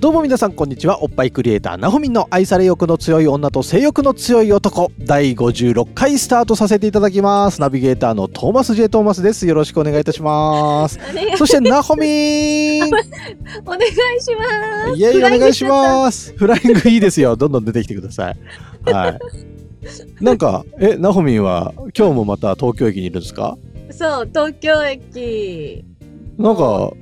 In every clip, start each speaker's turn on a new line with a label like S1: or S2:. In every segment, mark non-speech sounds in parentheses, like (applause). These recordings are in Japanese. S1: どうも皆さんこんにちはおっぱいクリエイターなほみんの愛され欲の強い女と性欲の強い男第56回スタートさせていただきますナビゲーターのトーマス J トーマスですよろしくお願いいたし (laughs) ます
S2: お願い
S1: そしてなほみん
S2: お願いします。
S1: イエイお願いしますフライングいいですよどんどん出てきてくださいはいなんかえなほみんは今日もまた東京駅にいるんですか
S2: す。そう、東京駅。
S1: なんか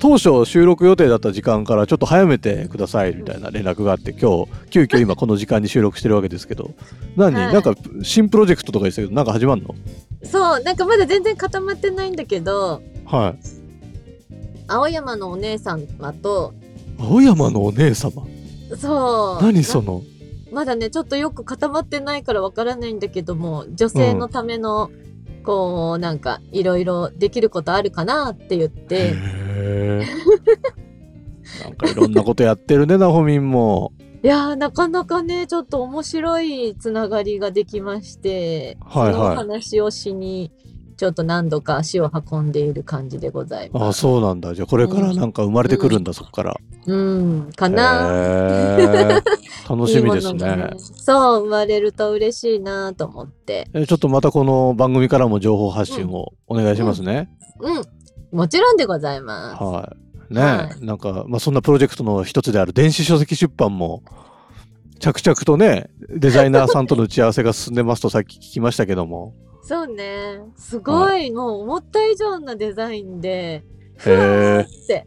S1: 当初収録予定だった時間からちょっと早めてくださいみたいな連絡があって今日急遽今この時間に収録してるわけですけど何、
S2: はい
S1: なんか新プロジェクトとか言ってたけどなんか始まるの
S2: そう、なんかまだ全然固まってないんだけど、
S1: はい
S2: 青山のお姉さんと、
S1: 青山のお姉様
S2: そう。
S1: 何その
S2: なまだね、ちょっとよく固まってないからわからないんだけども、女性のための、こう、なんか、いろいろできることあるかなって言
S1: へ
S2: って、
S1: えなんかいろんなことやってるねなほみんも
S2: いやー、なかなかね、ちょっと面白いつながりができまして、
S1: はいはい
S2: そのお話をしに、ちょっと何度か足を運んでいる感じでございます。
S1: (laughs) ああそうなんだじゃあこれからなんか生まれてくるんだ、そっから
S2: うん、かな。
S1: へえ楽しみです
S2: いいも
S1: ね
S2: のがそう、生まれると嬉しいなと思って。
S1: えちょっとまたこの番組からも情報発信をお願いしますね、
S2: うん、もちろんでございます。
S1: はい。ねえ、
S2: は
S1: なんか、まあ、そんなプロジェクトの一つである電子書籍出版も、着々とね、デザイナーさんとの打ち合わせが進んでますとさっき聞きましたけども。
S2: そうね。すごい、もう思った以上なデザインで、
S1: へえ。
S2: って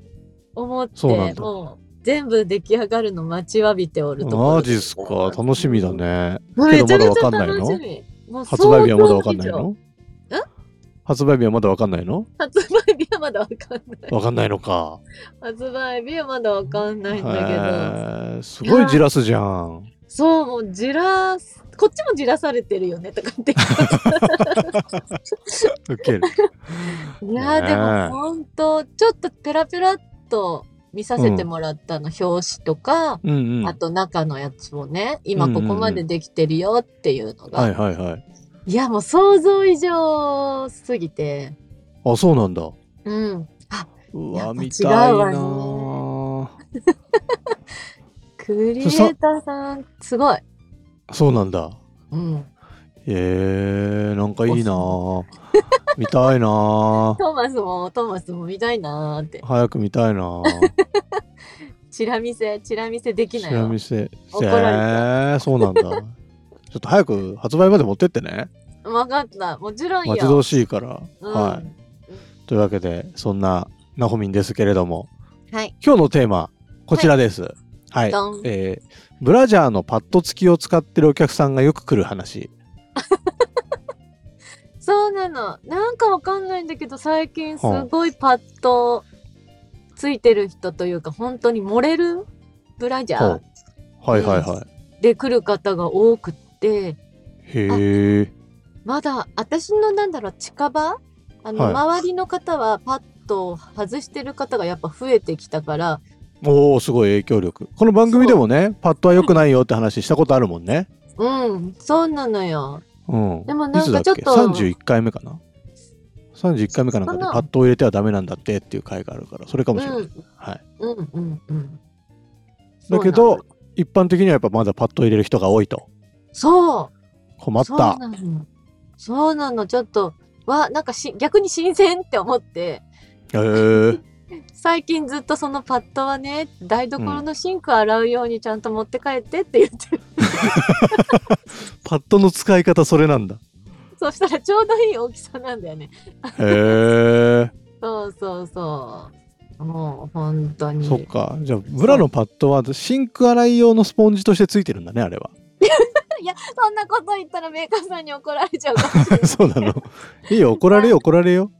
S2: 思っ
S1: そうなん
S2: て、
S1: だ
S2: もう全部出来上がるの待ちわびておるところ
S1: マジっすか。楽しみだ。ね。
S2: うん
S1: け
S2: め
S1: ど
S2: ち
S1: まだ
S2: ゃめ
S1: わ
S2: ち
S1: か
S2: ゃ
S1: んないの
S2: 楽しみ。もう
S1: 発売日はまだわかんない
S2: 相当以上
S1: の発売日はまだわかんないの
S2: 発売日はまだわか
S1: (laughs)
S2: んない。
S1: わかんないのか。
S2: 発売日はまだわかんないんだけど。
S1: へえすごいじらすじゃん。
S2: そう、もうじらす、こっちもじらされてるよねとかって。
S1: ウケる。
S2: いやー
S1: ねえ
S2: でも本当ちょっとペラペラっと見させてもらったの、表紙とか、
S1: うんうん。
S2: あ
S1: は
S2: と中のやつをね今ここまでできてるよっていうのが、
S1: いはいはい。
S2: いやもう想像以上すぎて
S1: あ、そうなんだ。
S2: うん
S1: う
S2: やっ
S1: わ、
S2: ぱ
S1: 見たい
S2: 違う
S1: な
S2: わね
S1: あ
S2: クリエイターさんすごい、
S1: そうなんだ。
S2: うん、
S1: えー、なんかいいなぁ見たいな
S2: (laughs)
S1: ぁ
S2: トーマスもトーマスも見たいなーって
S1: 早く見たいなぁ
S2: チラ見せチラ見せでき
S1: チ
S2: ない
S1: ラ
S2: よ
S1: 見せ。
S2: 怒ら
S1: えー、そうなんだ。ちょっと早く発売まで持ってってね。
S2: 分かったもちろんよ
S1: 待ち遠しいから。
S2: うん
S1: は
S2: はい
S1: い。というわけで、そんななほみんですけれども、
S2: はい、
S1: 今日のテーマ、こちらです。はい。
S2: ドン
S1: えーブラジャーのパッド付きを使ってるお客さんがよく来る話。
S2: そうなの。なんかわかんないんだけど、最近すごいパッとついてる人というか、本当に漏れるブラジ
S1: ほ
S2: ャー
S1: うはいはいは
S2: で来る方が多くって、
S1: い。へえ。
S2: まだ私のなんだろう、近場あの、
S1: はい
S2: 周りの方はパッと外してる方がやっぱ増えてきたから、
S1: おおすごい影響力。この番組でもね、パッドは良くないよって話したことあるもんね。
S2: うん、そうなのよ。
S1: うん、
S2: でもなんか
S1: いつだけ
S2: ちょっと
S1: 31回目かな31回目かなんかで
S2: そんな
S1: パッドを入れてはダメなんだってっていう回があるからそれか
S2: う
S1: もしれない、
S2: ん、
S1: はい、
S2: うん、うん、うん。
S1: だけど一般的にはやっぱまだパッドを入れる人が多いと
S2: そう
S1: 困っ
S2: そう
S1: た
S2: なの。そうなの。ちょっと、わ、なんかし、逆に新鮮って思って、
S1: へえ
S2: 最近ずっとそのパッドはね、台所のシンク洗うようにちゃんと持って帰ってって言ってる。 (laughs)
S1: パッドの使い方それなんだ
S2: そしたらちょうどいい大きさなんだよね。
S1: へえ
S2: そうそうそう。もう、本当に。
S1: そっかじゃあブラのパッドはシンク洗い用のスポンジとしてついてるんだねあれは (laughs)
S2: そんなこと言ったらメーカーさんに怒られちゃうかもしれない。
S1: そうなのいいよ怒られよ怒られよ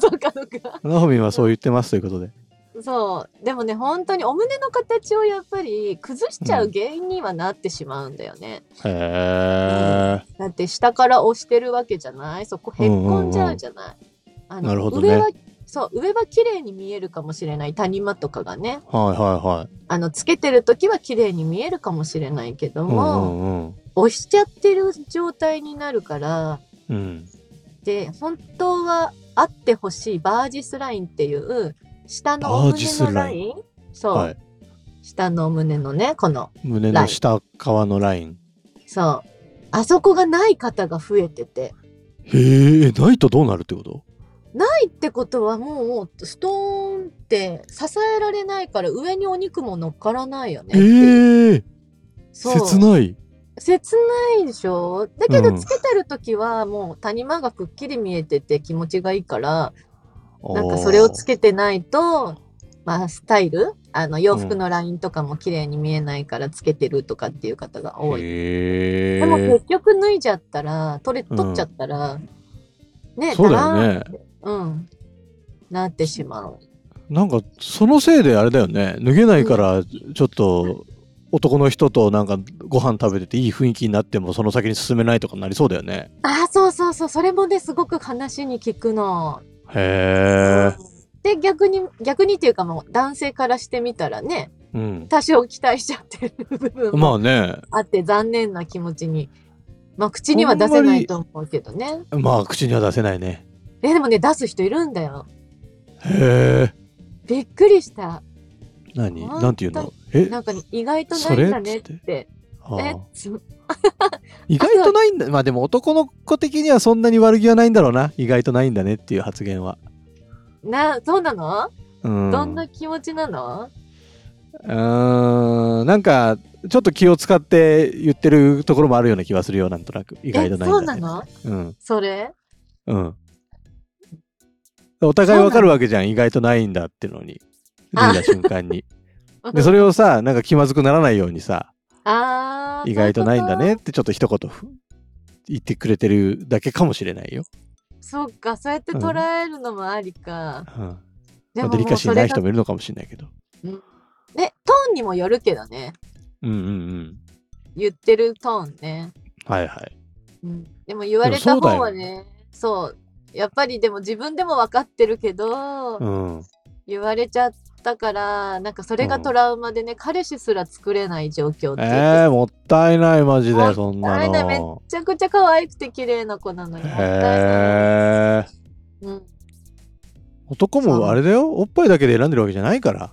S2: そうか、そうか。
S1: ナホミンはそう言ってますということで
S2: そうでもね本当にお胸の形をやっぱり崩しちゃう原因にはなってしまうんだよね、
S1: へえ、
S2: だって下から押してるわけじゃないそこへっこんじゃうじゃない、あの
S1: なるほどね
S2: 上はそう上は綺麗に見えるかもしれない谷間とかがね
S1: はいは
S2: あのつけてる時は綺麗に見えるかもしれないけど
S1: いはい。うん
S2: も、
S1: うん
S2: 押しちゃってる状態になるから
S1: うん。うん。
S2: で本当はあってほしいバージスラインっていう下のお
S1: バージ
S2: 胸
S1: スライ
S2: の
S1: ン
S2: ラインそう、
S1: はい。
S2: 下のお胸のねこの
S1: 胸の下側のライン。
S2: そうあそこがない方が増えてて
S1: へえ、ないとどうなるってこと
S2: ないってことはもうストーンって支えられないから上にお肉も乗っからないよねっていう
S1: へえ、
S2: そう
S1: 切ない。
S2: 切ないでしょだけ
S1: う
S2: ど
S1: ん
S2: つけてる時はもう谷間がくっきり見えてて気持ちがいいから、なんかそれをつ
S1: け
S2: けてないとまあスタイルあの洋服のラインとかも綺麗に見えないからつけてるとかっていう方が多い、
S1: へ
S2: でも
S1: え
S2: 結。局脱いじゃったら取れ
S1: うん
S2: 取っちゃったら、ね
S1: そうだよ
S2: だらーん
S1: ね。
S2: うんなってしまう
S1: なんかそのせいであれだよね脱げないからちょっと男の人となんかご飯食べてていい雰囲気になってもその先に進めないとかなりそうだよね
S2: あーそうそうそうそれもねすごく話に聞くの
S1: へえ
S2: で逆に逆にっていうかもう男性からしてみたらね
S1: うん
S2: 多少期待しちゃってる部分
S1: ま
S2: も
S1: あね
S2: あって残念な気持ちに、まあ、口には出せないと思うけどね
S1: まあ口には出せないね
S2: えでもね出す人いるんだよ
S1: へえ
S2: びっくりした
S1: 何
S2: 本当
S1: なんていうのえ
S2: なんかね意外とないんだねっ
S1: それ
S2: て
S1: ああ
S2: えつ
S1: 意外とないんだまあでも男の子的にはそんなに悪気はないんだろうな意外とないんだねっていう発言は
S2: なそうなの、
S1: うん
S2: どんな気持ちなの
S1: うーんなんかちょっと気を使って言ってるところもあるような気はするよなんとなく意外と
S2: え
S1: ない
S2: そうんな
S1: だね
S2: の
S1: うん
S2: それ
S1: うん。お互いわかるわけじゃん、意外とないんだってのに。脱
S2: あ
S1: いだ瞬間
S2: (laughs)
S1: に。で、それをさ、なんか気まずくならないようにさ、
S2: あー
S1: 意外とないんだ
S2: そういう
S1: ねってちょっと一言ふ言ってくれてるだけかもしれないよ。
S2: ことそっかそうやって捉えるのもありか、
S1: うんま
S2: で
S1: あ、
S2: も
S1: デリ
S2: も
S1: カ
S2: う
S1: シー
S2: そ
S1: な
S2: れ
S1: い
S2: が
S1: 人もいるのかもしれないけど。
S2: ねトーンにもよるけどね
S1: うんうんうん。
S2: 言ってるトーンね
S1: はいはい。
S2: うんでも言われた
S1: でもそうだ
S2: 方
S1: よ
S2: はねそうやっぱりでも自分でも分かってるけど、
S1: うん。
S2: 言われちゃったからなんかそれがトラウマでね、彼氏すら作れない状況っていうか
S1: えー、もったいない、マジで、そん
S2: あ
S1: な
S2: れねめっ
S1: の。
S2: ちゃくちゃ可愛くて綺麗な子なのにもったいない、
S1: へえ。
S2: うん、
S1: 男もあれだよ、おっぱいだけで選んでるわけじゃないから。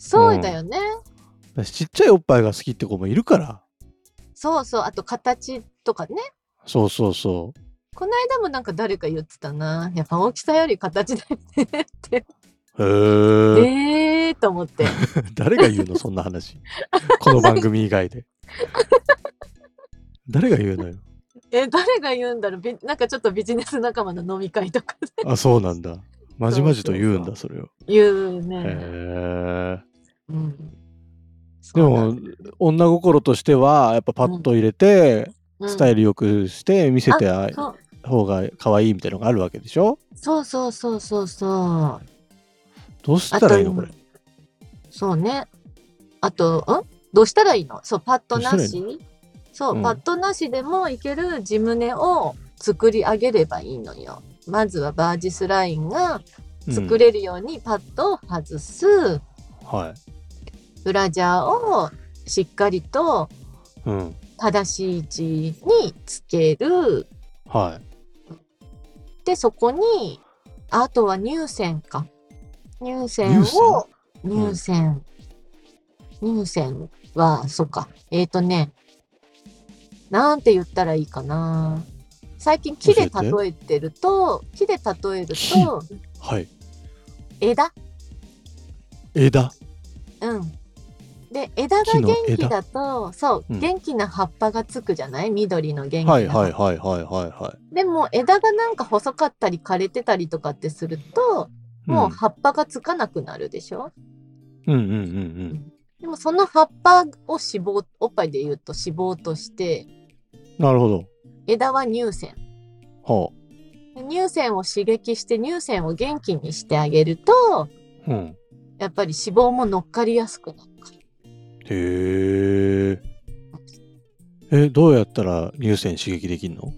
S2: そうだよね、
S1: 私ちっちゃいおっぱいが好きって子もいるから。
S2: そうそうあと形とかね
S1: そうそうそう。
S2: この間もなんか誰か言ってたなやっぱ大きさより形だよねって
S1: へー
S2: ええー、と思って
S1: 誰が言うのそんな話 (laughs) この番組以外で誰が言うのよ
S2: え誰が言うんだろうびなんかちょっとビジネス仲間の飲み会とかで
S1: あそうなんだまじまじと言うんだそれを
S2: 言うね、
S1: へえ
S2: うん
S1: でも、女心としてはやっぱパッと入れて、スタイ
S2: ル
S1: ルよくして見せてあ
S2: そう
S1: 方が可愛いみたいのがあるわけでしょ
S2: そうそうそうそうそう
S1: どうしたらいいのこれ
S2: そうねあとんどうしたらいいのそうパッとな
S1: どう
S2: し
S1: した
S2: そう、
S1: うん
S2: パッとなしでもいける地胸を作り上げればいいのよまずはバージスラインが作、れるようにパッと外す、
S1: うんはい、
S2: ブラジャーをしっかりと
S1: うん
S2: 正しい位置につける
S1: は
S2: でそこにあとは乳腺か乳腺
S1: 乳
S2: を
S1: 腺
S2: 乳腺、乳腺はそうかえっ、ー、とねなんて言ったらいいかな最近木で例
S1: 教えて
S2: えてると木で例える
S1: 木
S2: と
S1: いはい
S2: 枝
S1: 枝
S2: うんで枝が
S1: 木の
S2: 元
S1: 枝
S2: 気だとそう、
S1: うん
S2: 元気な葉っぱがつくじゃない緑の元気な、
S1: はいはいはいはいはいは
S2: でも枝がなんか細かったり枯れてたりとかってすると
S1: い
S2: もう葉っぱがつかなくなるでしょ、
S1: うんうんうんうん
S2: でもその葉っぱを脂肪おっぱいで言うと脂肪として
S1: うんなるほど
S2: 枝は乳腺
S1: は
S2: 乳腺を刺激して乳腺を元気にしてあげると
S1: あ、うん。
S2: やっぱり脂肪も乗っかりやすくなるから。
S1: へえ。え、どうやったら乳腺刺激できんの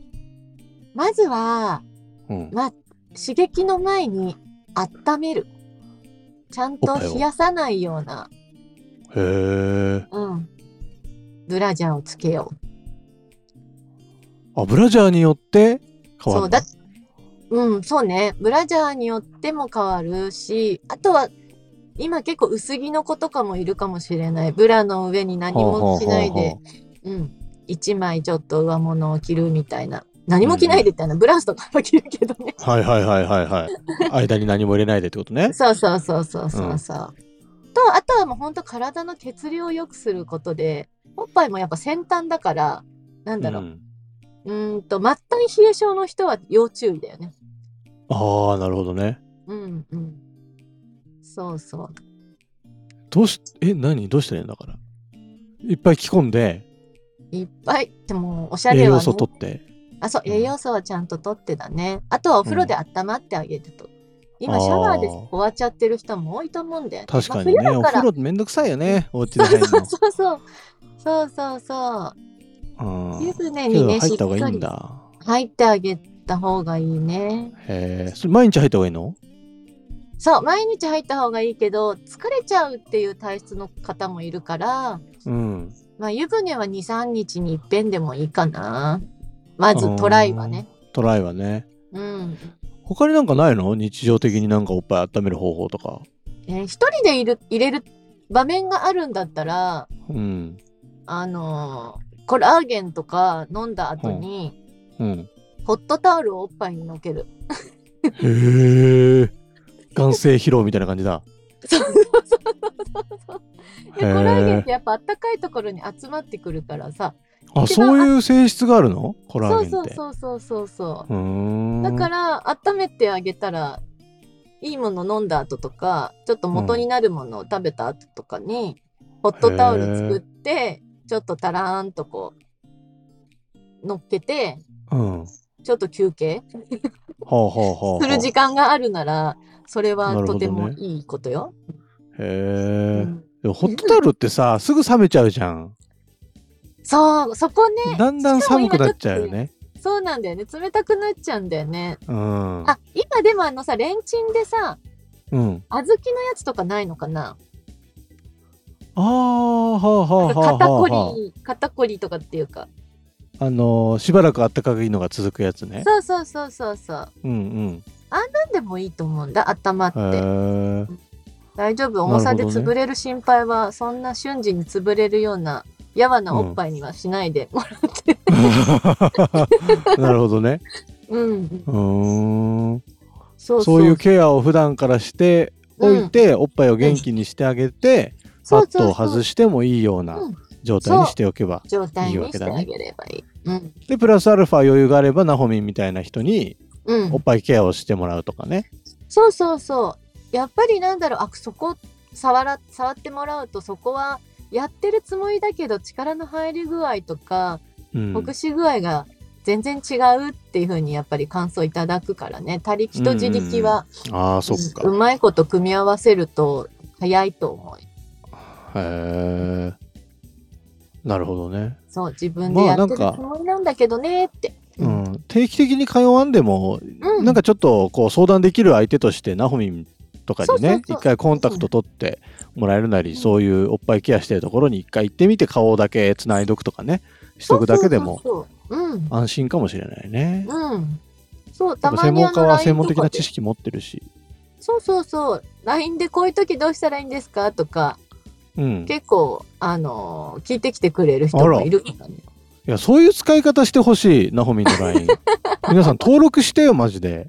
S2: まずは、
S1: うん。
S2: 刺激の前に温める。ちゃん
S1: お
S2: と
S1: っぱいを
S2: 冷やさないような、
S1: へえ。
S2: うん。ブラジャーをつけよう。
S1: あ、ブラジャーによって変わ
S2: そ
S1: る
S2: うだ。うん、そうね。ブラジャーによっても変わるし、あとは、今結構薄着の子とかもいるかもしれない。ブラの上に何もしないで、うん。一枚ちょっと上物を着るみたいな。何も着ないでってあの、ブラウスとかは着るけどね。
S1: はいはいはいはい
S2: (laughs)
S1: はい。間に何も入れないでってことね。
S2: そうそうそうそうそうそう。とあとはもう本当体の血流を良くすることでおっぱいもやっぱ先端だからなんだろう,、
S1: ん、
S2: うーんと末端冷え症の人は要注意だよね。
S1: ああ、なるほどね。
S2: うんうん。そうそう。
S1: どうし、え、何どうしてねだから。いっぱい着込んで、
S2: いっぱいでもおしゃ
S1: 栄
S2: れは、ね、
S1: 養素取って。
S2: あそう
S1: うん
S2: 栄養素はちゃんと取ってだね。あとはお風呂で温まってあげると。
S1: あ
S2: 今
S1: ー
S2: シャワーで終わっちゃってる人も多いと思うんだよね。
S1: 確かにね、
S2: まあ
S1: お
S2: 冬だから
S1: 風呂めんどくさいよね、お家で入る
S2: (laughs) そうそうそうそうそうそう。
S1: の。うん
S2: 湯。船
S1: け
S2: にね
S1: ど入
S2: し
S1: っ
S2: った
S1: 方がい
S2: か
S1: いん
S2: り
S1: だ。
S2: 入ってあげた方がいいね。
S1: へえ、それ毎日入った方がいいの
S2: そう、毎日入った方がいいけど、疲れちゃうっていう体質の方もいるから、
S1: うん。
S2: まあ、湯船は2、3日に一遍でもいいかな。まずトライはね。
S1: うん。トライはね。
S2: うん。
S1: 他になんかないの日常的になんかおっぱい温める方法とか。
S2: ね一人でいる入れる場面があるんだったら、
S1: うん。
S2: あのーコラーゲンとか飲んだ後に、
S1: うん。
S2: ホットタオルをおっぱいにのける。
S1: へえ。眼性疲労みたいな感じだ。
S2: で、コ
S1: へー
S2: ラーゲンってやっぱあったかいところに集まってくるからさ。
S1: あ、
S2: 一番
S1: そういう性質があるのコラー
S2: そ
S1: ゲンっ
S2: うそう
S1: て。
S2: そうそうそうそう。
S1: うーん。
S2: だから温めてあげたらいいもの飲んだ後とかちょっと元になるものを食べた後とかに、ホットタオル作ってちょっとたらーんとこう乗っけて
S1: うん。
S2: ちょっと休憩
S1: ほうほうほうほう。
S2: する時間があるならそれは
S1: なるほど
S2: と
S1: ね
S2: てもいいことよ。
S1: へ
S2: う
S1: え。
S2: ん
S1: でもホットタオルってさ、すぐ冷めちゃうじゃん。
S2: そうそこね
S1: だんだん寒くなっちゃうよね。
S2: そうなんだよね冷たくなっちゃうんだよね。
S1: うん。
S2: あ今でもあのさレンチンでさ
S1: うん。
S2: 小豆のやつとかないのかな
S1: ああ、はあはあはあ
S2: 肩こ
S1: はあは
S2: り肩こりとかっていうか
S1: あ。あのー、しばらくあったかいのが続くやつね。
S2: そうそうそうそうそう。
S1: うん
S2: なんでもいいと思うんだ、頭っ
S1: うん。
S2: て。
S1: へえ。
S2: 大丈夫、重さで
S1: なるほどね
S2: 潰れる心配は、そんな瞬時に潰れるような、やわなおっぱいにはしないでもら
S1: (laughs)
S2: って。
S1: なるほどね。
S2: うん、うん、
S1: うーん。
S2: そう
S1: そういうケアを普段からしておいて、おっぱいを元気にしてあげて、パ
S2: そう
S1: ッ
S2: そう
S1: と
S2: そう
S1: 外してもいいような
S2: うん
S1: 状態にしておけば。
S2: 状態にして
S1: いいわけだね
S2: あげればいい。うん、
S1: で、プラスアルファ余裕があれば、ナホミンみたいな人に
S2: う
S1: お
S2: ん
S1: っ、ぱいケアをしてもらうとかね。
S2: そうそうそう。やっぱりなんだろう、あ、そこ、触ら、触ってもらうと、そこは。やってるつもりだけど、力の入り具合とか、
S1: うん。
S2: ほぐし具合が。全然違うっていう風にやっぱり感想いただくからね他力と自力は
S1: ああ、そっか
S2: う。まいこと組み合わせると早いと思う
S1: へえ。なるほどね。
S2: そう自分でやってるつ
S1: まあなんか
S2: もりなんだけどねって、
S1: う
S2: うん
S1: ん。定期的に通わんでも、
S2: うん
S1: なんかちょっとこう相談できる相手としてナホミンとかに
S2: そうそう
S1: ね
S2: そう
S1: 一回コンタクト取ってもらえるなり、そういうおっぱいケアしてるところに一回行ってみて顔だけつないどくとかねしとくだけでも
S2: そうそうそうそう
S1: 安心かもしれないね。
S2: うんうんそうた
S1: やっぱ
S2: ま
S1: 専
S2: にあ
S1: 門家
S2: の
S1: は
S2: LINE
S1: 専門
S2: と
S1: 的
S2: か
S1: な
S2: で
S1: 知識持ってるし、
S2: そうそうそう LINE でこういう時どうしたらいいんですかとか
S1: うん、い
S2: 結構あのー聞いてきてくれる人もいるからね
S1: やそういう使い方してほしいナホミンの
S2: (laughs)
S1: LINE 皆さん登録してよマジで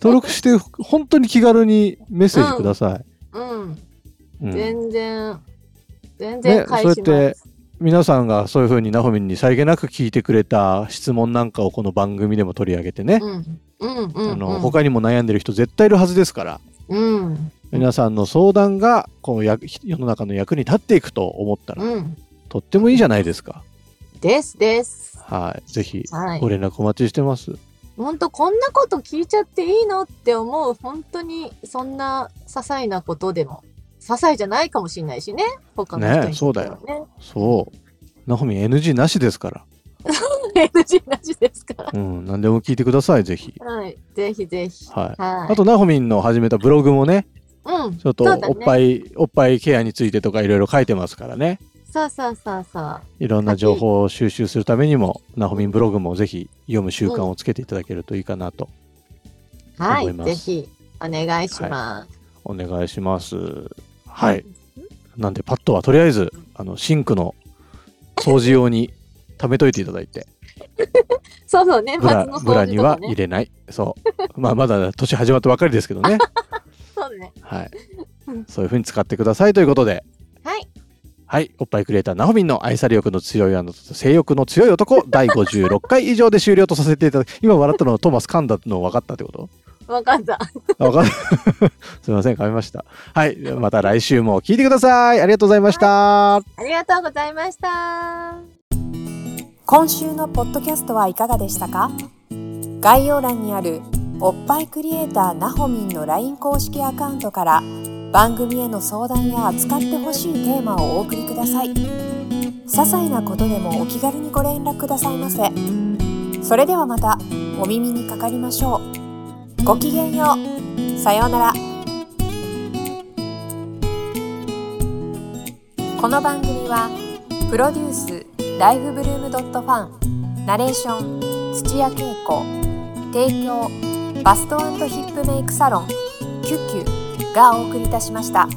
S1: 登録して本当に気軽にメッセージください。
S2: うん
S1: うん
S2: 全然
S1: ね
S2: 全然返します、
S1: そうやって皆さんがそういうふうにナホミンにさりげなく聞いてくれた質問なんかをこの番組でも取り上げてね、
S2: うんうんうん、うん、
S1: あの他にも悩んでる人絶対いるはずですから
S2: うん
S1: 皆さんの相談がこの役世の中の役に立っていくと思ったら、
S2: うん
S1: とってもいいじゃないですか。
S2: ですです
S1: はい、ぜひ
S2: はい
S1: ご連絡お待ちしてます。
S2: 本当こんなこと聞いちゃっていいのって思う本当にそんな些細なことでも些細じゃないかもしれないしね他の人に、
S1: ねそうだよ。
S2: (laughs)
S1: そう。ナホミン NG なしですから。
S2: NG なしですから。
S1: うん、何でも聞いてください、ぜひ。
S2: はい、ぜひぜひ。
S1: はい。
S2: はい。
S1: あと、ナホミンの始めたブログもね、
S2: うん、
S1: ちょっと
S2: そうだ
S1: お
S2: ね
S1: っぱい、おっぱいケアについてとかいろいろ書いてますからね。
S2: そうそうそうそう。
S1: いろんな情報を収集するためにも、ナホミンブログもぜひ読む習慣をつけていただけるといいかなと
S2: は
S1: 思い
S2: い、
S1: ます
S2: ぜひお願いします。
S1: お願いします。はい。なんで、パッドはとりあえず、あの、シンクの掃除用に貯めといていただいて、
S2: そうそうね、
S1: ブラ、
S2: 松の
S1: ブラ
S2: 掃除
S1: に
S2: とか
S1: は入
S2: ね。
S1: れない。そう。 (laughs) まあ、まだ年始まったばかりですけど
S2: (laughs)
S1: ね。
S2: そうね。
S1: はい。そういうふうに使ってくださいということで、
S2: はい、
S1: はい。おっぱいクリエイター、ナホミンの愛され欲の強いあの性欲の強い男、第56回以上で終了とさせていただき、今笑ったのはトーマス噛んだの分かったってこと
S2: わかった。
S1: あわかんない (laughs) すみません、噛みました。はい。ではまた来週も聞いてください。ありがとうございました。
S2: ありがとうございました。
S3: 今週のポッドキャストはいかがでしたか概要欄にあるおっぱいクリエイターなほみんの LINE 公式アカウントから番組への相談や扱ってほしいテーマをお送りください些細なことでもお気軽にご連絡くださいませそれではまたお耳にかかりましょうごきげんようさようならこの番組は「プロデュースライフブルームドットファンナレーション土屋恵子提供バストヒップメイクサロン「キュッキュ」がお送りいたしました。